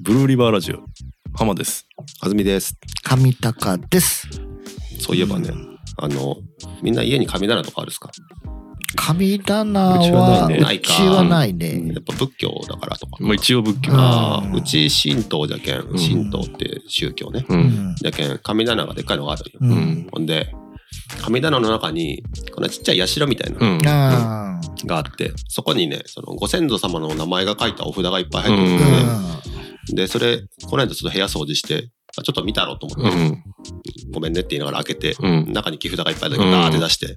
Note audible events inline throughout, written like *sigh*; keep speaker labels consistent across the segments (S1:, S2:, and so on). S1: ブルーリバーラジオ浜です
S2: はずみです。
S3: 神高です。
S2: そういえばね、あの、みんな家に神棚とかあるっすか
S3: 神棚
S1: うちは
S3: は、
S1: な
S3: う
S1: いね
S3: ちはないね。
S2: やっぱ仏教だからとか。
S1: まあ一応仏教
S2: あ
S3: う
S2: ー
S3: ん
S2: うち神道じゃけん、
S1: ん
S2: 神道って宗教ね。
S1: う
S3: うんん。
S2: じゃけん、神棚がでっかいのがあるよ。
S3: う
S1: うん
S3: ん。
S2: ほんで、神棚の中に、こんなちっちゃい社みたいな
S1: う
S2: の
S1: ん
S3: あー
S2: があって、そこにね、そのご先祖様の名前が書いたお札がいっぱい入ってる
S1: うんん
S2: だよね。
S3: う
S2: で、それ、この間ちょっと部屋掃除して、あちょっと見たろうと思
S1: う
S2: って、
S1: ん
S2: ごめんねって言いながら開けて、
S1: うん
S2: 中に木札がいっぱいだけど、ガーって出して。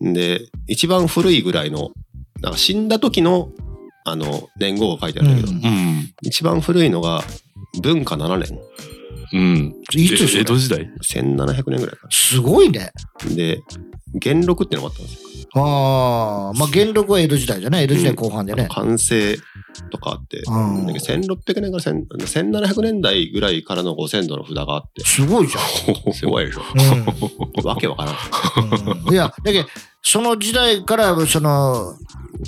S2: で、一番古いぐらいの、なんか死んだ時の、あの、年号が書いてあるんだけど、
S3: うん
S1: うん
S2: 一番古いのが、文化7年、
S1: うん
S3: ん。いつそ
S1: え江
S3: れ
S1: 戸時代
S2: 1700年ぐらいか
S3: すごいね。
S2: な。で、元禄ってのがあったんですよ。
S3: ああ。まあ、元禄は江戸時代じゃね江戸時代後半でね。
S2: 完成とかあって、
S3: うん
S2: だけど1600年から1000 1700年代ぐらいからのご先祖の札があって、
S3: すごいじゃ
S2: すごいでしょ。
S3: ん。
S2: *laughs* わけわからん。
S3: うんうんいや、だけどその時代から、その、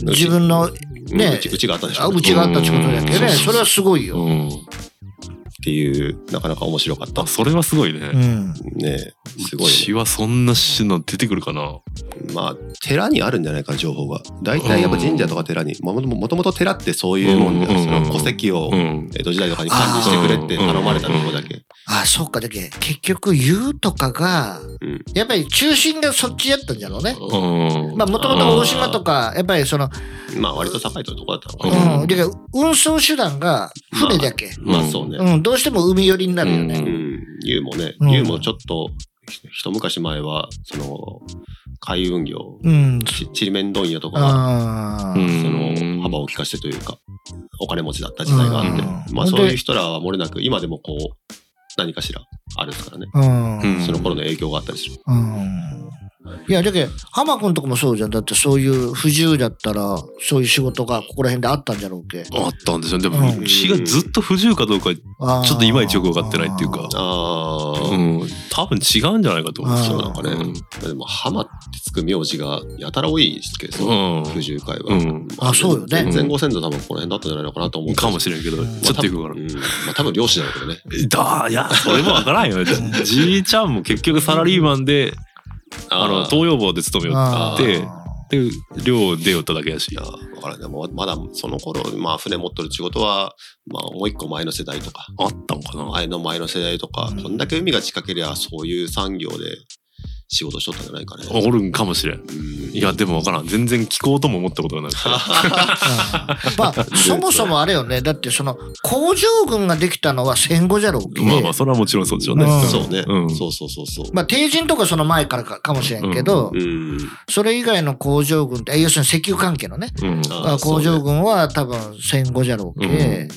S3: 自分のね
S2: うちうちがあったんでし
S3: あ
S2: ょ。
S3: うちがあったってことだけどね。
S1: うん
S3: それはすごいよ。
S1: うん
S2: っていう、なかなか面白かった
S1: あ。それはすごいね
S3: うん。
S2: ねすご
S1: う
S2: い、ね。
S1: ちはそんなしの出てくるかな
S2: まあ寺にあるんじゃないかな情報が大体やっぱ神社とか寺にもももともと寺ってそういうもんだよ
S1: うん
S2: その戸籍を
S1: うん
S2: 江戸時代とかに管理してくれって頼まれたとこだけ
S3: あ、そっか。だけど結局、湯とかが、
S2: うん
S3: やっぱり中心がそっちやったんじゃろうね。
S1: うん
S3: まあ、もともと大島とか、やっぱりその、
S2: まあ割と栄えてるとこだったのか
S1: うん
S2: な
S3: うん、だから運送手段が船だけ、
S2: まあそうね
S3: うん、どうしても海寄りになるよ
S1: う
S2: う
S3: ね。
S2: ん優もね
S3: うん
S2: 優もちょっとひ一昔前はその海運業
S3: うん、
S2: ちちりめん問屋とかが
S3: ああ、
S1: うん
S2: その幅を利かしてというかお金持ちだった時代があって
S3: うん
S2: まあそういう人らは漏れなく今でもこう何かしらあるですからね
S3: うん、うん、
S1: うん
S2: その頃の影響があったりする。
S3: いや、だけど、浜君とかもそうじゃん。だって、そういう不自由だったら、そういう仕事がここら辺であったんじゃろうけ。
S1: あったんでしょでも
S3: うん
S1: うちがずっと不自由かどうか
S3: あー
S1: ちょっといまいちよく分かってないっていうか
S2: ああ、
S1: うん多分違うんじゃないかと思う
S2: そう
S3: あー
S2: なんかね、
S1: うん
S2: でも浜ってつく名字がやたら多いですけど、
S1: うん
S2: 九十会は、
S1: うん
S2: ま
S3: あそうよね
S2: 全後先祖多分この辺だったんじゃないのかなと思う
S1: かも
S2: し
S1: しれんけど、
S3: うん
S1: ちょっとよくわからん
S2: れない、うんまあ、多分漁師だろうけどね
S1: だいやそれもわからんよね
S3: うん
S1: じいちゃんも結局サラリーマンで *laughs* あの東洋坊で勤めよ
S3: あ
S1: って
S3: ー
S1: で寮出よっただけやし
S2: いや分からんでもまだその頃まあ船持っとる仕事はまあもう一個前の世代とか
S1: あったんかな
S2: 前の前の世代とか、
S3: うん
S2: こんだけ海が近けりゃそういう産業で仕事しとったんじゃないかね、
S1: おるんかもしれん
S2: うん
S1: いやでもわからん全然聞こうとも思ったことがなくて
S3: うんまあ、そもそもあれよね。だって、その、工場群ができたのは戦後じゃろうけ。
S1: まあまあそれはもちろんそうでしょうね
S3: うん
S2: そうね、
S1: うん
S2: そうそうそうそう、
S3: まあ、帝人とかその前からかかもしれんけど、
S2: うん
S3: それ以外の工場群って、え要するに石油関係のね、
S1: うん
S2: あー
S3: 工場群は多分戦後じゃろうけ、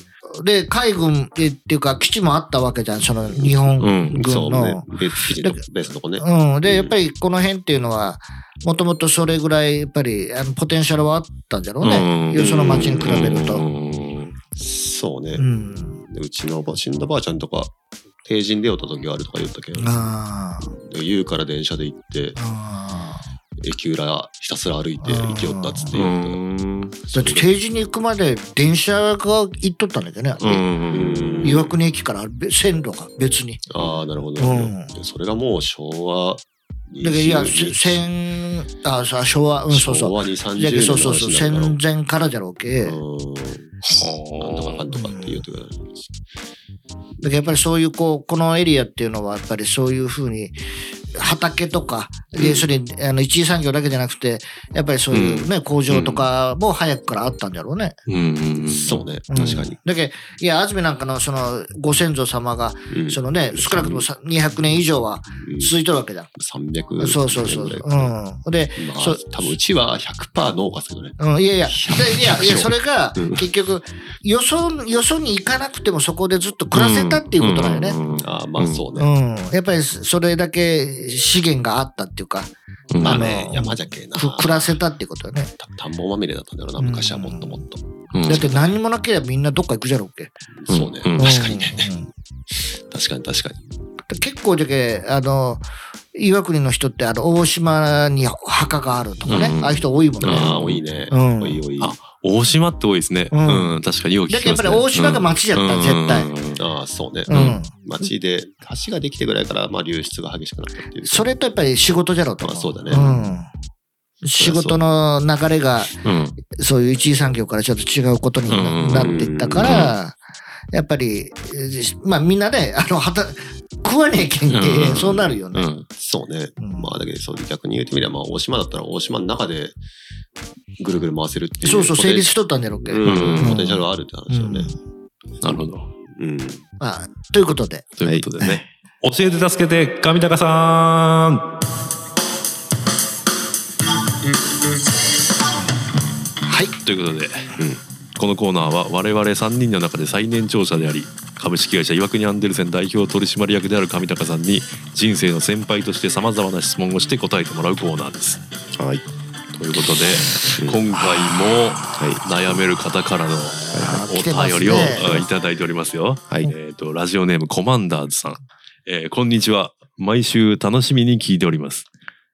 S3: で海軍でっていうか基地もあったわけじゃんその日本
S1: う
S3: 軍
S1: ん
S2: そうね
S3: の。。
S2: ベ記事のベースのとこね。
S3: うん、
S2: うん
S3: でやっぱりこの辺っていうのはもともとそれぐらいやっぱりあのポテンシャルはあったんじゃろうね、
S1: うん
S3: よその町に比べると。
S1: うん
S2: そう
S3: う
S2: ね。
S3: ん
S2: うちのば死んだばあちゃんとか、定人出よった時があるとか言ったけど、
S3: あー
S2: 優から電車で行って、
S3: あ
S2: 駅裏ひたすら歩いて行きよったっつって言う
S3: ーだって定時に行くまで電車が行っとったんだけどね、
S1: うん
S2: うん
S3: 岩国駅からべ線路が別に。
S2: ああ、なるほどなるほど。でそれがもう昭和
S3: だけどいや
S2: 20
S3: せ戦あそう昭和うんそうそう
S2: 昭和2、30
S3: じゃ
S2: 年の
S3: けそうそうそう
S2: 話なんだろ
S3: 戦前からじゃろうけ、
S2: ううんなんとかかんとかって言うてくれ
S3: だからやっぱりそういうこうこのエリアっていうのはやっぱりそういうふうに畑とか、でそれにあの一次産業だけじゃなくてやっぱりそういうね、工場とかも早くからあったんだろうね。
S1: うんうん
S2: そうね、
S3: うん
S2: 確かに。
S3: だけどいや安住なんかのそのご先祖様が、
S2: うん
S3: そのね少なくともさ200年以上は
S2: うん
S3: 続いてるわけだ。
S2: 300年
S3: そうそうそう。
S2: ぐらいかな
S3: うん、で
S2: ま
S3: そ
S2: あ
S3: う、
S2: 多分うちは100%農家ですけどね。
S3: うん、いやいや、でいや、いや、それが、
S2: うん
S3: 結局、よそ、よそに行かなくてもそこでずっと暮らせたっていうことだよね。
S2: ああ、まあそうね。
S3: うん。やっぱり、それだけ資源があったっていうか、
S1: うん
S2: まあ
S3: あ
S2: ね、
S3: の
S2: 山じゃけえな。
S3: く暮らせたっていうことだよね。
S2: た田んぼまみれだったんだろうな、昔はもっともっと。
S1: うん
S3: だって何もなければみんなどっか行くじゃろうっけ。
S1: うん
S2: そうね、
S1: うん
S2: 確かにね。
S3: うん。うん
S2: 確かに確かに。
S3: 結構だけ、あの、岩国の人って、あの、大島に墓があるとかね、
S1: うん
S3: ああいう人多いもんね。
S2: ああ、多いね。
S3: うん
S2: 多い多い。
S1: あ大島って多いですね。
S3: う
S1: うんん、確かによく聞き
S3: だ
S1: ま
S3: け
S1: す、ね。
S3: どやっぱり大島が町だった、絶対。
S2: ああ、そうね。
S3: うん。
S2: 町で、橋ができてぐらいから、まあ、流出が激しくなったっていう。
S3: それとやっぱり仕事じゃろうと思
S2: まあそうだね
S3: うん。仕事の流れが、
S1: うん。うん
S3: そういう一次産業からちょっと違うことに
S1: うん
S3: なってったから、やっぱり、えーまあみんなね、あの、はた、食わねえけん
S1: う
S3: け、
S1: ん
S3: そうなるよ
S1: う
S3: ね。
S1: ん。
S2: そうね。
S3: うん
S2: まあ、だけど、そう逆に言ってみれば、まあ、大島だったら、大島の中で、ぐるぐる回せるっていう。
S3: そうそう、
S2: ポテ
S3: 成立しとったんだろうけ。
S2: うん
S1: うん
S2: ポテンシャルはあるって話だよね。
S1: なるほど。
S2: うん。
S3: まあ、ということで、
S1: ということでね。教えて助けて、上高さ
S3: はい。
S1: んということで、このコーナーは我々3人の中で最年長者であり、株式会社岩国アンデルセン代表取締役である上高さんに人生の先輩としてさまざまな質問をして答えてもらうコーナーです。
S4: はい。
S1: ということで、今回も悩める方からの
S3: あー来てま
S1: お便
S3: すね
S1: りをあいただいておりますよ。
S4: はい
S1: えっ、と、ラジオネームコマンダーズさん。えーこんにちは。毎週楽しみに聞いております。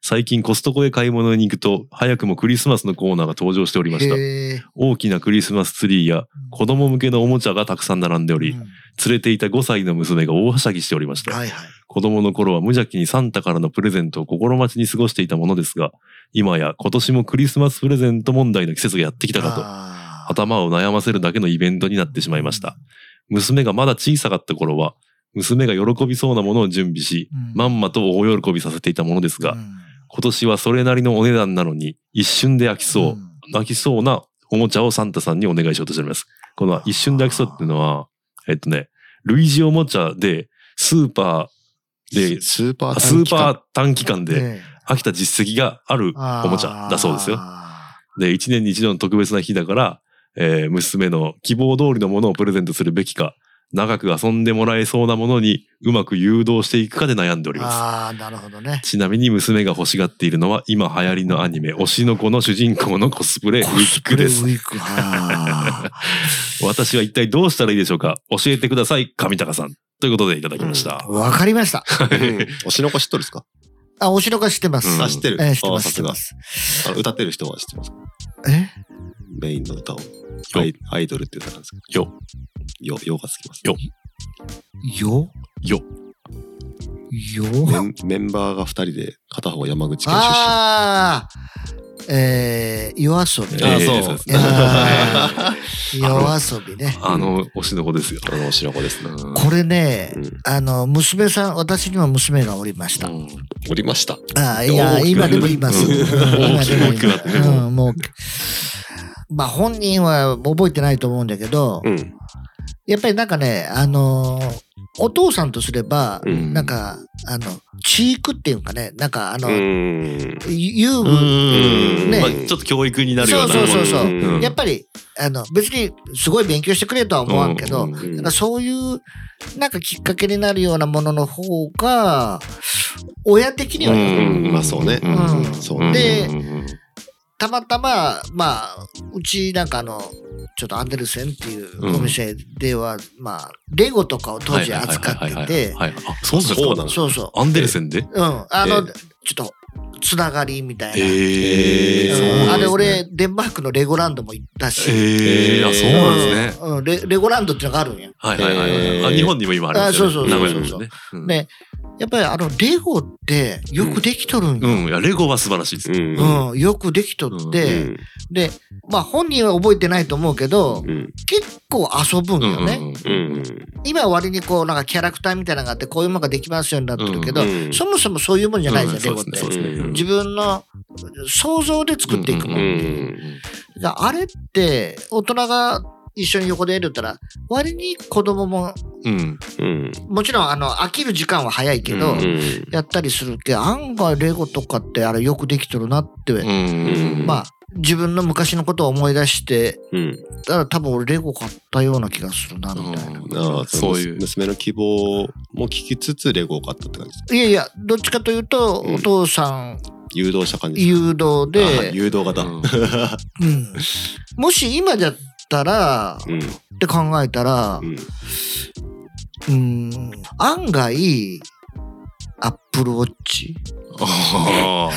S1: 最近コストコへ買い物に行くと、早くもクリスマスのコーナーが登場しておりました。
S3: へえ。
S1: 大きなクリスマスツリーや子供向けのおもちゃがたくさん並んでおり、
S3: うん
S1: 連れていた5歳の娘が大はしゃぎしておりました。
S3: はいはい。
S1: 子供の頃は無邪気にサンタからのプレゼントを心待ちに過ごしていたものですが、今や今年もクリスマスプレゼント問題の季節がやってきたかと、
S3: あー
S1: 頭を悩ませるだけのイベントになってしまいました。娘がまだ小さかった頃は、娘が喜びそうなものを準備し、
S3: うん
S1: まんまと大喜びさせていたものですが、
S3: うん
S1: 今年はそれなりのお値段なのに、一瞬で飽きそう。
S3: ん
S1: 泣きそうなおもちゃをサンタさんにお願いしようとしております。この一瞬で泣きそうっていうのは、えっとね、類似おもちゃで、スーパーで、
S4: スーパー
S1: スーパ
S4: ー
S1: ー短期間で
S3: ねえ
S1: 飽きた実績があるおもちゃだそうですよ。
S3: あ
S1: で、一年に一度の特別な日だから、えー娘の希望通りのものをプレゼントするべきか、長く遊んでもらえそうなものにうまく誘導していくかで悩んでおり
S3: ー
S1: ます。
S3: あー、なるほどね。
S1: ちなみに娘が欲しがっているのは今流行りのアニメ、推しの子の主人公のコスプレ、ウィッグです
S3: コス。プレウィーク。
S1: *laughs*
S3: は
S1: 私は一体どうしたらいいでしょうか教えてください、上高さん。ということでいただきました。
S3: ーわかりました。
S2: おしのこ知っとるっすか
S3: あ、お城が知ってます。
S1: うん
S2: あ、知ってる。
S3: えー知って
S2: あ
S3: ま
S2: あ、
S3: す。
S2: さ
S3: 知って
S2: す
S3: ま
S2: が。
S3: す。
S2: あの歌ってる人は知ってます。
S3: え
S2: メインの歌を。アイアイドルって歌なんですけど。
S1: よ。
S2: よ、よがつきます。
S1: よ
S3: よ
S1: よ。
S3: よ
S2: メンメンバーが二人で、片方山口県出身。
S3: ああえー、夜遊び。
S2: あ
S1: えー
S2: そう
S1: です
S3: いや
S1: ね
S2: *laughs*
S3: ー夜遊びね。
S1: あの、推しの子ですよ。
S2: あの、おしのこですね。
S1: うん
S3: これね、
S2: うん
S3: あの、娘さん、私には娘がおりました。
S1: うん
S2: おりました。
S3: ああ、いや、
S2: 大きく
S3: 今でも言います。
S1: うん
S3: 今でも
S1: 大きくなってね
S3: 今うん、もう。まあ本人は覚えてないと思うんだけど、
S2: うん。
S3: やっぱりなんかね、あのーお父さんとすれば、
S2: うん
S3: なんか、あの、チークっていうかね、なんかあの、
S2: うん。
S3: 遊具、
S1: うん
S3: ね
S1: まあちょっと教育になるような。
S3: そうそうそうそう
S1: うん
S3: やっぱり、あの、別にすごい勉強してくれとは思わんけど、
S1: うん
S2: うん
S3: なんかそういう、なんかきっかけになるようなものの方が、親的にはね、
S2: うんまあそうね
S3: うん
S2: そう
S1: うん
S2: ね。
S3: で
S1: うんうん
S3: たまたま、まあ、うちなんかあの、ちょっとアンデルセンっていうお店では、まあ、レゴとかを当時扱
S1: はい
S3: っ
S1: はい
S3: て
S1: はいはい
S3: て、
S1: はいあ、そうなんです
S2: そうな
S1: か
S2: の
S3: そうそ
S1: アンデルセンで
S3: う。うん。あの、
S2: え
S3: ちょっと、つながりみたいな。
S1: え
S2: え
S1: え
S2: ー
S3: うん
S2: そうなんですね
S3: あれ、俺、デンマークのレゴランドも行ったし。
S1: ええあ、そうなんですね。
S3: うんうんレレゴランドっていうのがあるんや。
S1: はいはいはいはい。あ
S2: えー
S1: 日本にも今ありますよね。
S3: あそうそ
S2: そうそう
S3: う
S1: 名古屋にもね。うん
S3: ねやっぱりあのレゴってよくできとるん
S1: う
S3: よ。
S1: ん、いや、レゴは素晴らしいです。
S2: ん
S3: うんよくできとって、でまあ本人は覚えてないと思うけど
S2: うん。
S3: 結構遊ぶんよね、
S1: うん
S2: う
S1: うん
S2: ん。
S3: 今は割にこうなんかキャラクターみたいなのがあってこういうものができますようになってるけど、
S2: うん
S3: そもそもそういうもんじゃないじゃん、
S1: うん
S3: レゴって、
S1: そうですねそうです
S3: 自分の想像で作っていくもん、
S2: うんうん
S3: だからあれって大人が一緒に横でやるったら割に子供も
S1: うん。
S2: うん。
S3: もちろんあの飽きる時間は早いけど、
S1: うん
S2: うん。
S3: やったりするけど案外レゴとかってあれよくできとるなって、
S1: うん。
S3: まあ自分の昔のことを思い出して
S2: うん。
S3: たら多分俺レゴ買ったような気がするなみたいな、
S1: うん
S2: ああ
S1: そ
S2: そうう
S1: い
S2: いうう。娘の希望も聞きつつ、レゴを買ったって感じです。
S3: いやいやどっちかというと
S2: うん
S3: お父さん
S2: 誘導した感じです
S3: 誘導で、
S2: ああ誘導型。
S1: うん
S3: うんもし今だったら
S2: うん。
S3: って考えたら
S2: うん。
S3: うん案外アップルウォッチ。
S1: あ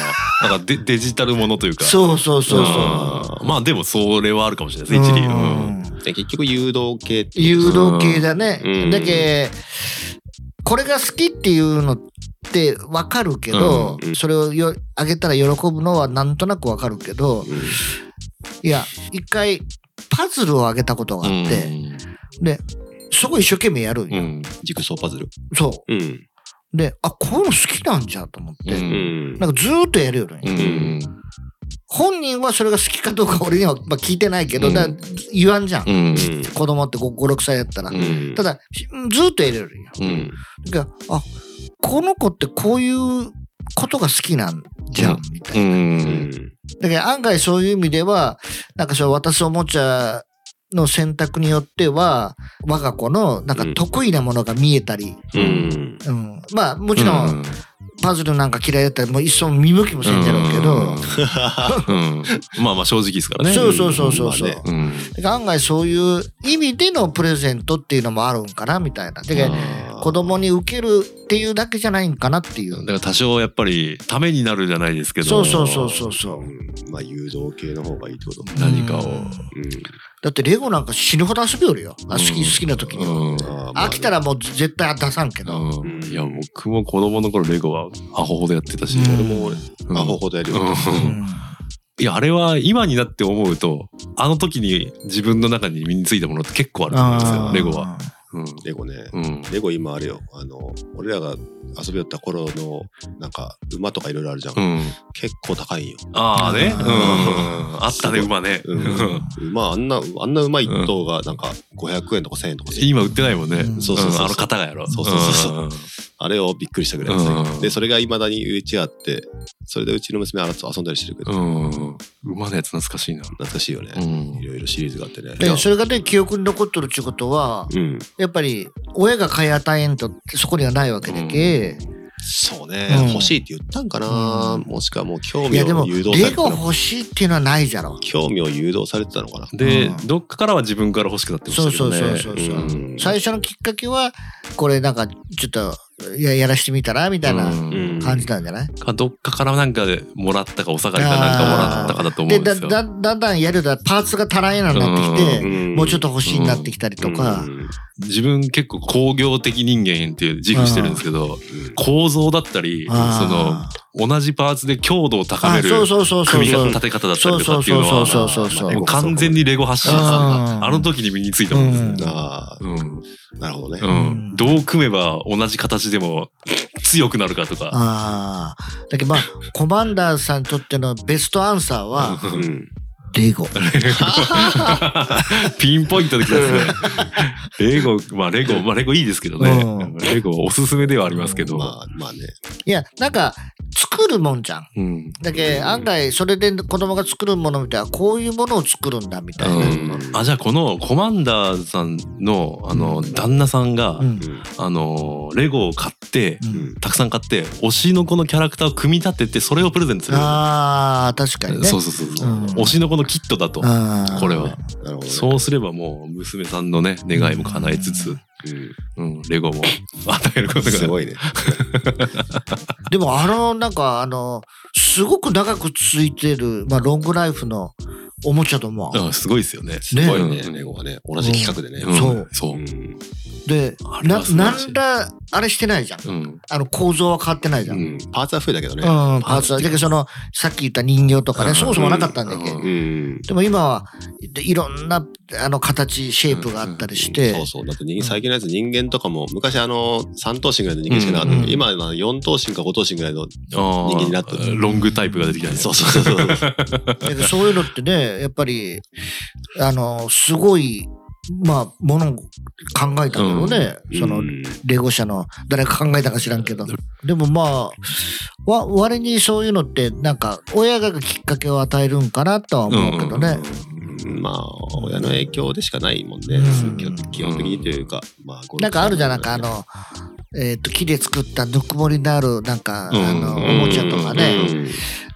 S1: あなんかデデジタルものというか
S3: そうそうそうそ
S1: あーまあでもそれはあるかもしれないです
S3: う。
S1: ね一理
S3: う
S1: うん
S3: ん
S2: で結局誘導系っていう
S3: 誘導系だね。
S2: うん
S3: だけこれが好きっていうのってわかるけど、
S2: うんうん
S3: それをよあげたら喜ぶのはなんとなくわかるけど
S2: うん
S3: いや一回パズルをあげたことがあって、でそこ一生懸命やるん
S1: う
S3: よ、
S1: ん
S2: ジグソーパズル
S3: そ
S2: うん
S3: うであこういうの好きなんじゃと思って、
S1: うん
S2: うん
S3: なんかずーっとやるよね、
S1: うんうん
S3: 本人はそれが好きか
S1: *laughs*
S3: どうか俺には、まあ、聞いてないけど、
S1: うん
S3: だ言わんじゃん、
S1: うん
S3: 子供って56歳やったら、
S1: うん
S2: うん
S3: ただしずーっとやるよね
S1: う
S2: うんん
S3: があこの子ってこういうことが好きなんじゃん、みた
S1: う
S3: いな。
S2: うんん
S3: だけど案外そういう意味ではなんかその渡すおもちゃの選択によっては我が子のなんか得意なものが見えたり、
S2: うん
S3: うんまあもちろんパズルなんか嫌いだったらもう一層見向きもせんじゃろうけど、
S1: うんうんまあまあ正直ですからね
S3: そうそうそうそうそ
S2: ま
S3: う、
S2: あね
S1: うん
S3: だから案外そういう意味でのプレゼントっていうのもあるんかなみたいなだけど
S1: あ
S3: 子供に受けるっていうだけじゃないんかなってい
S1: ーだ
S3: う
S1: から多少やっぱりためになるじゃないですけど
S3: そうそうそうそうそう
S2: うんまあ誘導系の方がいいってこと
S1: 何かを
S2: うん
S3: だってレゴなんか死ぬほど遊びよるよ。あ好
S1: うん
S3: き、好きな時には。
S1: うん
S2: あーまあ
S3: 飽きたらもう絶対出さんけど。
S1: うんいや僕も子供の頃レゴはアホほどやってたし
S3: うん
S2: 俺も
S1: うん
S2: アホほどやるよ
S1: うんいやあれは今になって思うとあの時に自分の中に身についたものって結構あると思うんですよ
S3: あー
S1: レゴは。。うん
S2: レゴね
S1: うん
S2: レゴ今あれよあの俺らが遊びよった頃のなんか馬とかいろいろあるじゃん
S1: うん、
S2: 結構高いんよ
S1: ああね、うん
S3: あー、
S1: あったね馬ね、
S2: うん
S1: うん
S2: まああんなあんな馬一頭がなんか500円とか1000円とかする
S1: 今売ってないもんね、
S3: うん
S2: そうそうそ
S1: あ
S2: うそうん
S1: の方がやろ
S2: そうそうそうそ
S1: ん
S2: あれをびっくりしたぐらいですね
S1: うん
S2: でそれがいまだにうちあってそれでうちの娘あら遊んだりしてるけど
S1: うんうん馬のやつ懐かしいな、
S2: 懐かしいよね
S1: うん
S2: いろいろシリーズがあってね
S3: でそれがね、記憶に残っとるっちゅうことは、
S2: うん
S3: やっぱり親が買い与えんとそこにはないわけだけ。
S2: そう
S3: うん
S2: ね欲しいって言ったんかな
S3: うん
S2: もしくはもう興
S3: い
S2: 味
S3: やでも、
S2: を誘導さ
S3: レ
S2: れてた
S3: ゴ
S2: の
S3: 欲しいっていうのはないじゃろ。
S2: 興味を誘導されてたのかな
S1: で、
S3: うん
S1: どっかからは自分から欲しくなってまし
S3: そ
S1: た
S3: う
S1: け
S3: そ
S1: ど
S3: う
S1: ね。
S3: そうそうそううん最初のきっかけは、これなんかちょっとややらしてみたらみたい
S1: う
S3: な
S1: ん
S3: 感じなんじゃない
S1: かどっかからなんかでもらったかお下がりかなんかもらったかだと思
S3: で
S1: うんで
S3: だ
S1: すよ。
S3: だだんだんやるだパーツが足らんようになってきて、
S2: ん
S3: もうちょっと欲しいになってきたりとか。
S2: うんうん
S1: 自分結構工業的人間っていう自負してるんですけど、構造だったり、その
S3: あ
S1: 同じパーツで強度を高める
S3: あそうそうそうそう
S1: 組み
S3: そう
S1: 立て方だったりとかっていうの
S3: そうそう
S1: は、
S3: そうそう
S1: もう完全にレゴ発信ですね
S3: うん
S1: あの時に身についたもんですね。
S2: あ
S1: うん
S2: あなるほどね
S1: うんどう組めば同じ形でも *laughs* 強くなるかとか。
S3: ああだけどまあコマンダーさんにとってのベストアンサーは
S2: うん
S3: レゴ
S1: ピンポイントできたですね。レゴ、まあレゴ、まあレゴいいですけどね。
S3: うん
S1: レゴおすすめではありますけど。
S2: まあまあね
S3: いやなんか作るもんじゃん
S1: うん
S3: だけど案外それで子供が作るものみたいなこういうものを作るんだみたいな、
S1: うんあじゃあこのコマンダーさんのあの旦那さんが、
S3: うん
S1: あのレゴを買って、
S3: うん
S1: たくさん買って推しの子のキャラクターを組み立ててそれをプレゼントする、
S3: ああ確かにね
S1: そうそうそうそう、
S3: うん
S1: 推しの子のキットだと、
S3: あー
S1: これは
S2: なるほどね
S1: そうすればもう娘さんのね願いも叶えつつ、うんレゴも
S2: *laughs*
S1: 与えるこ
S2: うん
S1: とが
S2: すごいね
S3: でもあのなんかあのすごく長く続いてる、まあ、ロングライフのおもちゃとも、
S1: うんすごいですよね
S2: すごいね
S1: うん
S2: レゴはね同じ企画でね
S1: ん
S3: そう
S1: そう、
S2: ん
S3: で
S1: あれ
S3: な
S1: は素晴ら
S3: な
S1: しい
S3: んらあれしてないじゃん
S1: うん
S3: あの構造は変わってないじゃん、
S2: うんパーツは増えたけどね
S3: うん、パーツは。だけどその、さっき言った人形とか
S1: うん
S3: ね、そもそもなかったんだけ
S1: う
S3: ど。
S2: うん
S3: でも今は、でいろんな、あの、形、シェイプがあったりして
S2: そう、そうだって人最近のやつ人間とかも昔あの3頭身ぐらいの人間しかなかった
S3: う
S2: の
S3: んうん
S2: に今の4頭身か5頭身ぐらいの
S1: あー
S2: 人間になった
S1: ロングタイプが出てきたね
S2: そうそうそうそう
S3: だけどそういうのってね、やっぱり、あの、すごい、まあ、ものを考えたんだろうね。 *laughs* その
S2: う、ん
S3: レゴ社の、誰が考えたか知らんけど。でもまあ、わ、割にそういうのって、なんか、親がきっかけを与えるんかなとは思うけどね。
S2: うんまあ親の影響でしかないもんね
S3: うん
S2: 基本基本的にというかまあ
S3: なんかあるじゃんなんかあの、えっと木で作ったぬくもりのあるなんか、
S1: うん
S3: あのおもちゃとかね、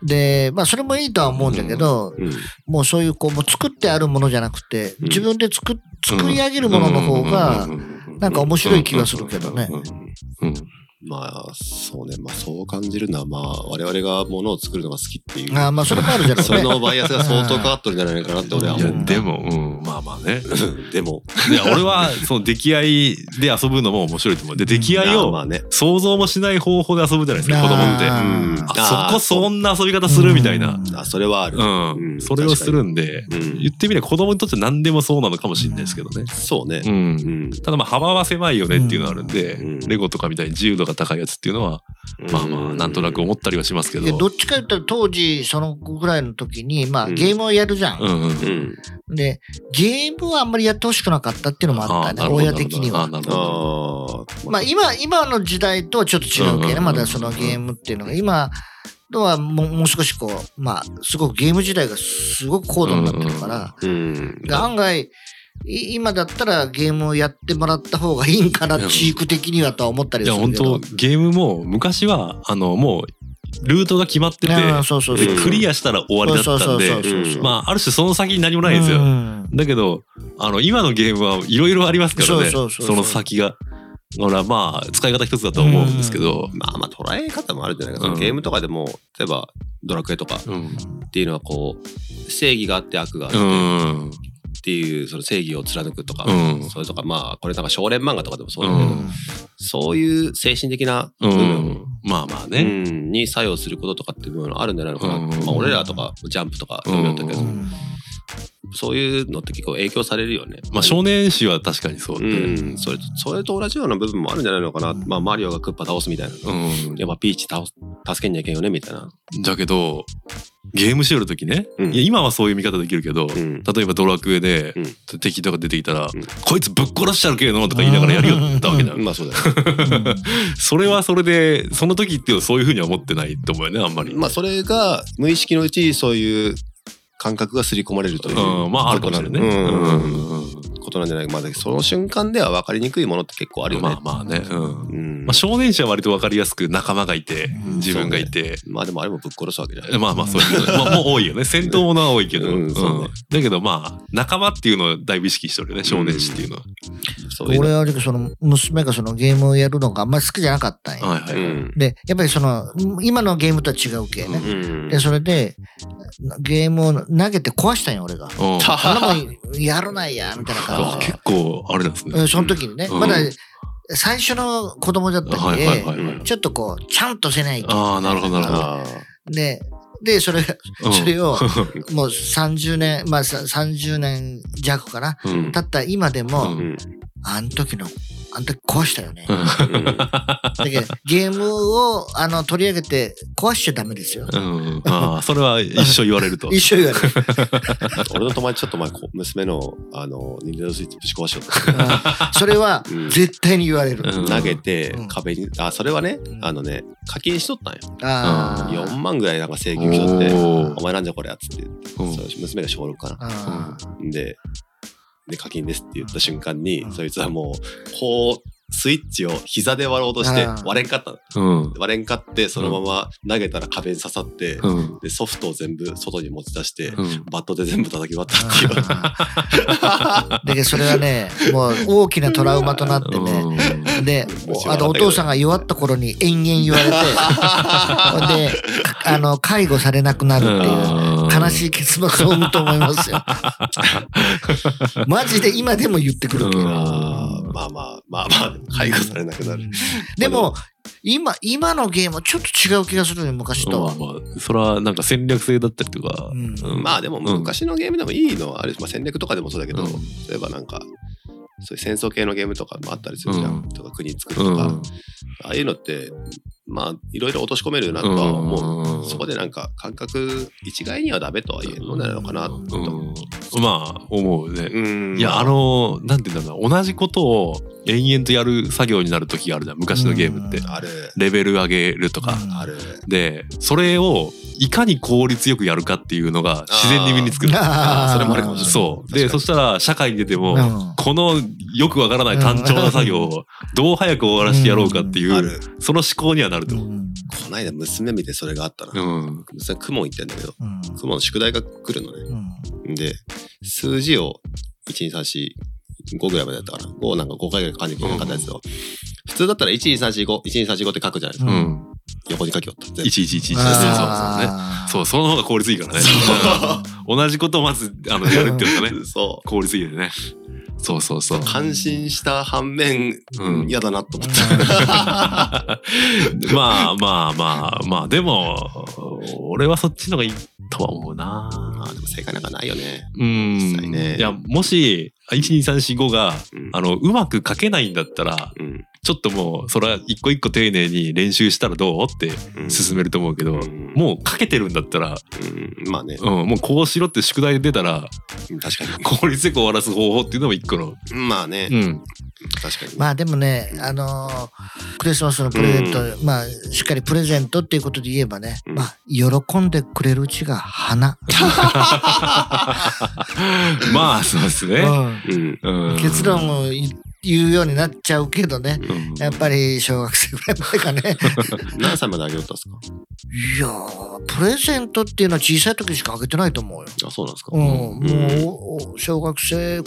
S3: でまあそれもいいとは思うんだけど、
S2: うんうん
S3: もうそういうこうもう作ってあるものじゃなくて、
S2: うん
S3: 自分で作っ作り上げるものの方が、
S1: うん
S3: なんか面白い気がするけどね
S1: うんうんうんうん
S2: まあ、そうね。まあ、そう感じるのは、まあ、我々がものを作るのが好きっていう。
S3: あーまあそれもあるじゃない
S2: それのバイアスが相当変わっとるんじゃないかなって俺は
S1: や
S2: 思う。
S1: でも、うん、まあまあね
S2: でも、
S1: いや俺はその出来合いで遊ぶのも面白いと思うで出来合い
S2: まあま
S1: を
S2: あね。
S1: 想像もしない方法で遊ぶじゃないですか子供って
S3: あー
S2: うん
S1: あそこそ
S2: ん
S1: んな遊び方するみたいな、
S2: あ、それはある。
S1: うん
S2: うん
S1: それをするんで
S2: うん
S1: 言ってみれば子供にとって何でもそうなのかもしれないですけどね、
S2: そうね
S1: う。ん
S2: うん。
S1: ただまあ幅は狭いよねっていうのはあるんで、
S2: うん
S1: レゴとかみたいに自由度が高いやつっていうのは、まあまあなんとなく思ったりはしますけ
S3: いや
S1: ど。
S3: どっちか言ったら当時そのぐらいの時に、まあ、
S2: うん
S3: ゲームをやるじゃん、
S1: うんうん、
S2: うん。
S3: でゲームはあんまりやってほしくなかったっていうのもあったね親的には。
S1: なるほど
S2: ああ。
S3: まあ、今今の時代とはちょっと違うけど
S1: うんうん
S3: ね、
S1: うん
S3: まだそのゲームっていうのが今とはもうもう少しこうまあすごくゲーム時代がすごく高度になってるから、
S2: うん。
S3: で案外い今だったらゲームをやってもらった方がいいんかな地域的にはとは思ったり
S1: いや
S3: はする
S1: 本
S3: けど
S1: 当ゲームも昔はあのもうルートが決まってて、
S3: うんそうそうそう
S1: でクリアしたら終わりだったん
S3: そうそう
S1: で
S3: そうそう
S1: まあある種その先に何もないんです
S3: う
S1: よ。
S3: ん
S1: だけどあの今のゲームはいろいろありますからね
S3: そう
S1: そ
S3: そうそうそう
S1: の先が。だからまあ使い方一つだとは思うんですけど。
S2: まあまあ捉え方もあるんじゃないかな、
S1: うん
S2: ゲームとかでも例えば「ドラクエ」とかっ
S1: うん
S2: ていうのはこう正義があって悪があっ
S1: う
S2: て
S1: ん
S2: っていうその正義を貫くとか、
S1: うん
S2: それとかまあこれなんか少年漫画とかでもそう
S1: う
S2: だけど、
S1: ん
S2: そういう精神的な
S1: う
S2: 部分、
S1: んまあまあ
S2: う
S1: ね。
S2: ん、に作用することとかっていう部分があるんじゃないのかな、
S1: うん
S2: まあ、俺らとかジャンプとかいろいろあったけど、
S1: うん
S2: そういうのって結構影響されるよね。
S1: まあ少年誌は確かにそう
S2: う
S1: で。
S2: ん、それとそれと同じような部分もあるんじゃないのかな、まあ、マリオがクッパ倒すみたいな、
S1: うん
S2: やっぱピーチ倒す助けにゃいけんよねみたいな、
S1: だけどゲームしよる時ね、
S2: うん
S1: いや今はそういう見方できるけど、
S2: うん
S1: 例えばドラクエで
S2: う
S1: 敵とか出てきたら「
S2: うん
S1: こいつぶっ殺しちゃうけど」とか言いながらやるよったわけだよ、 *laughs*
S2: まあそうだよね
S1: それはそれでその時っていうのはそういうふうには思ってないと思うよねあんまり、
S2: *laughs* まあそれが無意識のうちにそういう感覚が刷り込まれるという
S1: うん、まああるかもしれないね、
S2: う
S1: うん
S2: ん
S1: うん
S2: ことなんじゃないか、まあ、だけどその瞬間では分かりにくいものって結構あるよね。
S1: まあまあね、うん
S2: うん
S1: まあ、少年誌は割と分かりやすく仲間がいて
S3: うん
S1: 自分がいて、
S2: まあでもあれもぶっ殺すわけじゃない。
S1: まあまあそういうことね、まあ、もう多いよね戦闘ものは多いけど、
S2: うんうんそうね
S1: だけどまあ仲間っていうのをだいぶ意識してるよね少年誌っていうのは、
S2: そういう
S3: 俺
S2: の。
S3: はその娘がそのゲームをやるのがあんまり好きじゃなかったんよ
S1: はいはいはい、
S2: うん
S3: でやっぱりその今のゲームとは違うけね、
S2: うん
S3: でそれでゲームを投げて壊したんよ俺が。
S1: うん
S2: た
S3: そんなもんやらないやみたいな
S1: *laughs* あ
S3: 感じ
S1: 結構あれなんです
S3: でう
S1: ね。
S3: んその時にね、
S1: うん
S3: まだ最初の子供だったん
S1: はい
S3: で、
S1: はいはいは
S2: う
S1: い
S2: ん。
S3: ちょっとこうちゃんとせないと
S1: ああなるほどなるほど。
S2: あ
S3: ででそれ
S1: うん
S3: それをもう30年まあさ30年弱かな
S1: うん
S3: 経った今でも、
S1: うん
S2: ーうん
S3: あの時のあの時壊したよね、
S1: うん *laughs*
S3: だけどゲームをあの取り上げて壊しちゃダメですよ
S1: うんああそれは一生言われる
S2: *laughs*
S1: と。
S3: 一緒言われる
S2: 俺の友達ちょっと前こう娘のあのニンテンドースイッチぶち壊しよう
S3: うんそれは
S2: うん
S3: 絶対に言われる、
S1: うん
S2: と投げて
S3: うん
S2: 壁にあそれはね
S3: ん
S2: あのね課金しとったんよ
S3: ああ
S2: 4万ぐらいなんか請
S1: お
S2: 求しとって
S1: ー
S2: お前なんじゃこれやっつって
S1: うん
S2: そう娘が小6かな
S3: あー
S2: で、で課金ですって言った瞬間に、
S3: うん
S2: そいつはもう、こう、スイッチを膝で割ろうとして
S3: あー、
S2: 割れんかったの。
S1: うん
S2: 割れんかって、そのまま投げたら壁に刺さって、
S1: うん
S2: で、ソフトを全部外に持ち出して、
S1: うん
S2: バットで全部叩き割ったって *laughs* いう。
S3: だけどそれはねもう大きなトラウマとなってねで
S2: うん
S3: あのお父さんが弱った頃に延々言われてほんであの介護されなくなるっていう悲し
S1: い。
S3: い結末を生むと思いますよマジで今でも言ってくるけど、
S1: うん
S2: あーまあまあまあまあ、介護されなくな
S3: う
S2: る。
S3: んでも今今のゲームはちょっと違う気がするね昔
S1: まあ
S3: と
S1: ま
S3: は、
S1: あそれはなんか戦略性だったりとか。
S3: うん
S1: うん
S2: まあでも、昔のゲームでもいいのはあるし、まあ、戦略とかでもそうだけど、
S1: うん
S2: 例えばなんか、そういう戦争系のゲームとかもあったりするじゃん。
S1: うん
S2: とか国作る
S1: う
S2: と
S1: ん
S2: か、ああいうのって、まあ、いろいろ落とし込めるなと
S1: うん
S2: は思う。そこでなんか感覚一概にはダメとは言えんのなのかなと。
S1: うんまあ思うね。
S2: うん
S1: いやあ、のなんて言うんだろうな同じことを延々とやる作業になる時があるじゃん昔のゲームって
S3: うん
S2: ある、
S1: レベル上げるとか
S3: うん
S2: ある。
S1: でそれをいかに効率よくやるかっていうのが自然に身につく
S3: あ
S2: ーそれもあるかもしれない
S1: そうで
S2: 確か
S1: そ
S2: に
S1: したら社会に出ても、
S3: うん
S1: このよくわからない単調な作業をどう早く終わらせてやろうかっていう、
S2: ある。
S1: その思考にはなると
S3: う
S1: 思う。
S3: ん
S2: こないだ娘見てそれがあった
S1: う
S2: な。
S1: ん
S2: 娘、クモン行ってんだけど、
S3: うん
S2: クモンの宿題が来るのね。
S3: うん
S2: で、数字を1、2、3、4、5ぐらいまでやったかな。5なんか5回ぐらい書かなきゃいけなかったやつを、普通だったら12345、12345って書くじゃないです
S1: う
S2: か。
S1: ん。
S2: 横に書きよった。全部
S1: 一一一一ですね。そうですね。
S3: あー
S1: そう、その方が効率いいからね。うん同じことをまず、あの、やるっていうのがね、
S2: そ
S1: 効率いいよね。そうそうそう
S2: *laughs* う。。感心した反面、
S1: うん
S2: 嫌だなと思っ *laughs*
S1: まあまあまあまあ、でも、俺はそっちのがいいとは思うな。
S2: た。あでも正解なんかないよね。
S1: うん。
S2: 実際ね
S1: いや、もし、12345が、
S2: うん
S1: あの、うまく書けないんだったら、
S2: うん。
S1: ちょっともう、それは一個一個丁寧に練習したらどうって
S2: うん
S1: 進めると思うけど、
S2: うん
S1: もう書けてるんだったら、
S2: うんまあね、
S1: うん、もうこうしろって宿題出たら、
S2: 確か
S1: 効率よく終わらす方法っていうのも一個の、
S2: に。まあね
S1: う、ん、 *laughs*
S2: 確かに。
S3: まあでもね、あのークリスマスのプレゼント、まあしっかりプレゼントっていうことで言えばね、
S2: うん
S3: まあ喜んでくれるうちが花。
S1: まあそうですね。
S3: う
S2: うん。
S1: うん
S3: ん、結論を言うようになっちゃうけどね、
S1: うん
S3: やっぱり小学生ぐらいまでかね。
S2: 何歳まであげよったんですか
S3: いやー、プレゼントっていうのは小さい時しかあげてないと思うよ。
S2: あ、そうなんですか
S3: うん、も
S2: うん
S3: うお小学生っ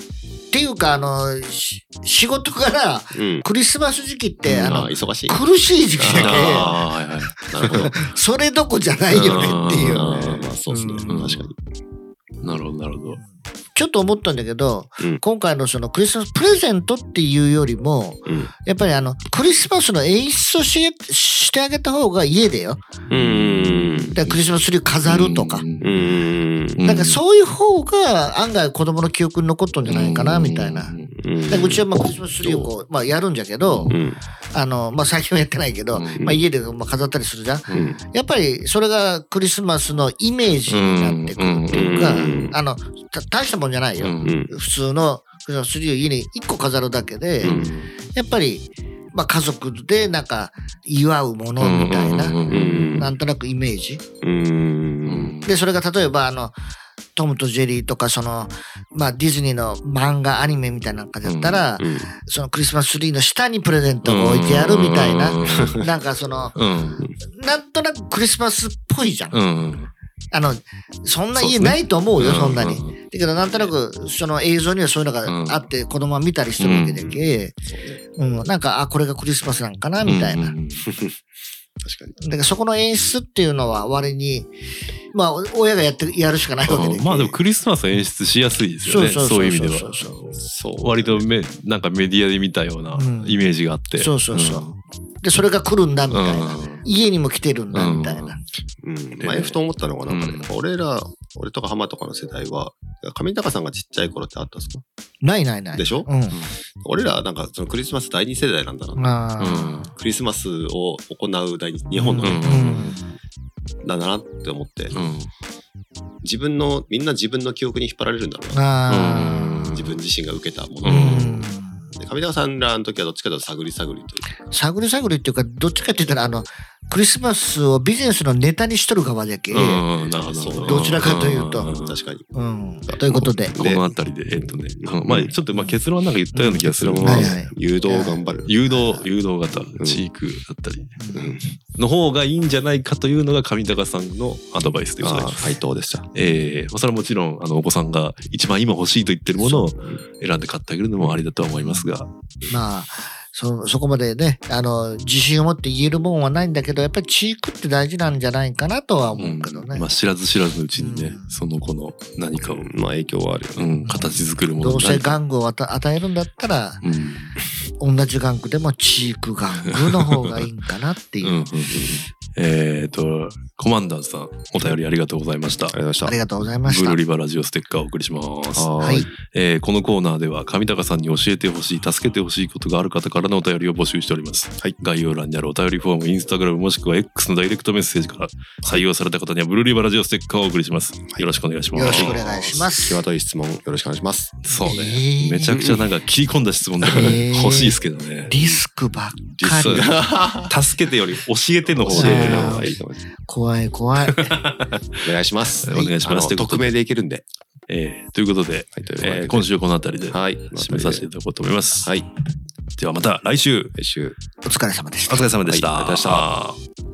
S3: ていうかあのし仕事から
S2: うん。
S3: クリスマス時期って、あ
S2: あ
S3: の
S2: ー忙しい。
S3: 苦しい時期だから
S1: あーはいはい
S2: なるほど。
S3: それどこじゃないよねっていう
S1: あ
S2: あ
S1: ー
S2: ーまあそうですね。確
S1: うん
S2: かに。
S1: なるほどなるほど。
S3: ちょっと思ったんだけど、
S2: うん
S3: 今回のそのクリスマスプレゼントっていうよりも
S2: うん。
S3: やっぱりあのクリスマスの演出をししてあげた方が家でよ
S2: うん。
S3: だからクリスマスツリー飾るとか、
S1: うん
S2: うん。
S3: なんかそういう方が案外子供の記憶に残っとんじゃないかなみたいな。だからうちはまあクリスマスツリーをこう、まあ、やるんじゃけど、
S2: うん。
S3: あのまあ、最近はやってないけど、
S1: うん
S3: まあ、家でまあ飾ったりするじゃん
S2: うん。
S3: やっぱりそれがクリスマスのイメージになってくるっていうか、
S2: うん
S3: あのた大したもんじゃないよ、
S1: うん
S2: うん。
S3: 普通のクリスマスツリーを家に1個飾るだけで、
S2: うん
S3: やっぱり、まあ、家族でなんか祝うものみたいな、
S1: うん
S2: うん。
S3: なんとなくイメージ
S2: うん。
S3: でそれが例えばあのトムとジェリーとかその、まあ、ディズニーの漫画アニメみたいな感じだったら、
S2: うん
S3: そのクリスマスツリーの下にプレゼントを置いてやるみたいな、
S1: うん
S3: *laughs* なんかその
S1: うん
S3: なんとなくクリスマスっぽいじゃん、
S1: うん。
S3: あのそんな家ないと思うよそんなに、
S1: う
S3: だけどなんとなくその映像にはそういうのがあって子供は見たりしてるわけだけ、うんなんかあこれがクリスマスなんかなみたいな、
S1: うん
S2: 確かに。
S3: だからそこの演出っていうのは割にまあお親がやってやるしかないわけで、
S1: まあでもクリスマスは演出しやすいですよね。そういう意味では。
S2: そう。
S1: 割とめなんかメディアで見たような
S3: うん
S1: イメージがあって。
S3: そうそうそうでそれが来るんだみたいな、
S1: うん
S3: 家にも来てるんだみたいな、
S1: うん
S2: うん。前ふと思ったのが、なんかね、俺ら、俺とか浜とかの世代は、上高さんがちっちゃい頃ってあったんですか
S3: ないないない
S2: でしょ
S3: うん
S2: 俺ら、なんかそのクリスマス第二世代なんだな。
S3: まあ、
S1: うん
S2: クリスマスを行う第二、日本の
S1: う
S2: ね
S1: ん
S3: うん
S2: だなって思って、
S1: うん
S2: 自分の、みんな自分の記憶に引っ張られるんだろうな。
S3: あ
S1: うん
S2: 自分自身が受けたも
S3: ーう
S1: うん
S2: の。
S3: ん
S2: で上高さんらの時はどっちかというと探り探りというか。
S3: 探り探りっていうかどっちかって言ったらあのクリスマスをビジネスのネタにしとる側だけ、うん
S1: うんうんなるほど
S3: どちらかというと
S1: んんん
S2: 確かに。
S3: ということで
S1: この辺りで、えっとね、
S2: うん
S1: まあちょっとまあ結論はなんか言ったような気がする
S2: う
S1: も
S2: ん
S1: の
S3: はいはい
S2: 誘導を頑張る。
S1: 誘導、誘導型、
S2: ん
S1: チークだったり、
S2: うん
S1: の方がいいんじゃないかというのが上高さんのアドバイスでござい
S2: あ
S1: ま
S2: あ
S1: す。
S2: 回答でした。
S1: えーまあそれはもちろん、あの、お子さんが一番今欲しいと言ってるものを選んで買ってあげるのもありだとは思いますが、
S3: まあそそこまでねあの自信を持って言えるもんはないんだけどやっぱりチークって大事なんじゃないかなとは
S1: う
S3: 思
S1: ん
S3: うけどね、
S1: まあ知らず知らずのうちにね、
S3: うん
S1: その子の何かを、
S2: まあ影響はあるよ
S1: う
S2: ね。
S1: ん、形作るもの
S3: どう
S1: にな
S3: せ
S1: る
S3: 玩具を与与えるんだったら
S1: うん、
S3: 同じ玩具でもチーク玩具の方がいいんかなってい
S1: うん、
S3: う、
S1: うんうん。えっ、と、コマンダーさん、お便りありがとうございました。
S2: ありがとうございま
S3: あ
S2: し
S3: りがとうございまし
S1: ブ
S3: た
S1: ルーリバラジオステッカーをお送りします。
S2: た。は
S3: は
S2: ーい
S3: い。
S1: えーこのコーナーでは上高さんに教えてほしい助けてほしいことがある方からのお便りを募集しております、
S2: はい
S1: 概要欄にあるお便りフォームインスタグラムもしくは X のダイレクトメッセージから採用された方にはブルーリバラジオステッカーをお送りします、よろしくお願いします
S3: よろしくお願いします
S2: 際どい質問よろしくお願いします。
S1: そうね、
S3: えー
S1: めちゃくちゃなんか切り込んだ質問だから、
S3: えー
S1: 欲しいですけどね
S3: リスクばっかり
S1: 実際助けてより教えての方
S2: 教
S1: で
S2: えてる
S3: あ
S2: 方
S3: ー
S2: がいいと思います
S3: 怖い怖い
S2: お願いします。
S1: お願いします
S2: あの匿名でいけるんで。
S1: えーということで、
S2: はい、ということ
S1: え
S2: で
S1: ー今週この辺りで
S2: はい。
S1: 締めさせていただこうと思います、
S2: はい。
S1: ではまた来週
S2: 来週。
S3: お疲れ様でし
S1: お
S3: た
S1: 疲れ様でした、
S2: はいありがとうございました